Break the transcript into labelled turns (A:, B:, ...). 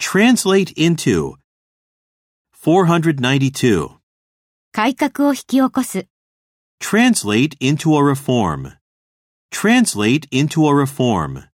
A: Translate into 492.
B: 改革を引き起こす。
A: Translate into a reform. Translate into a reform.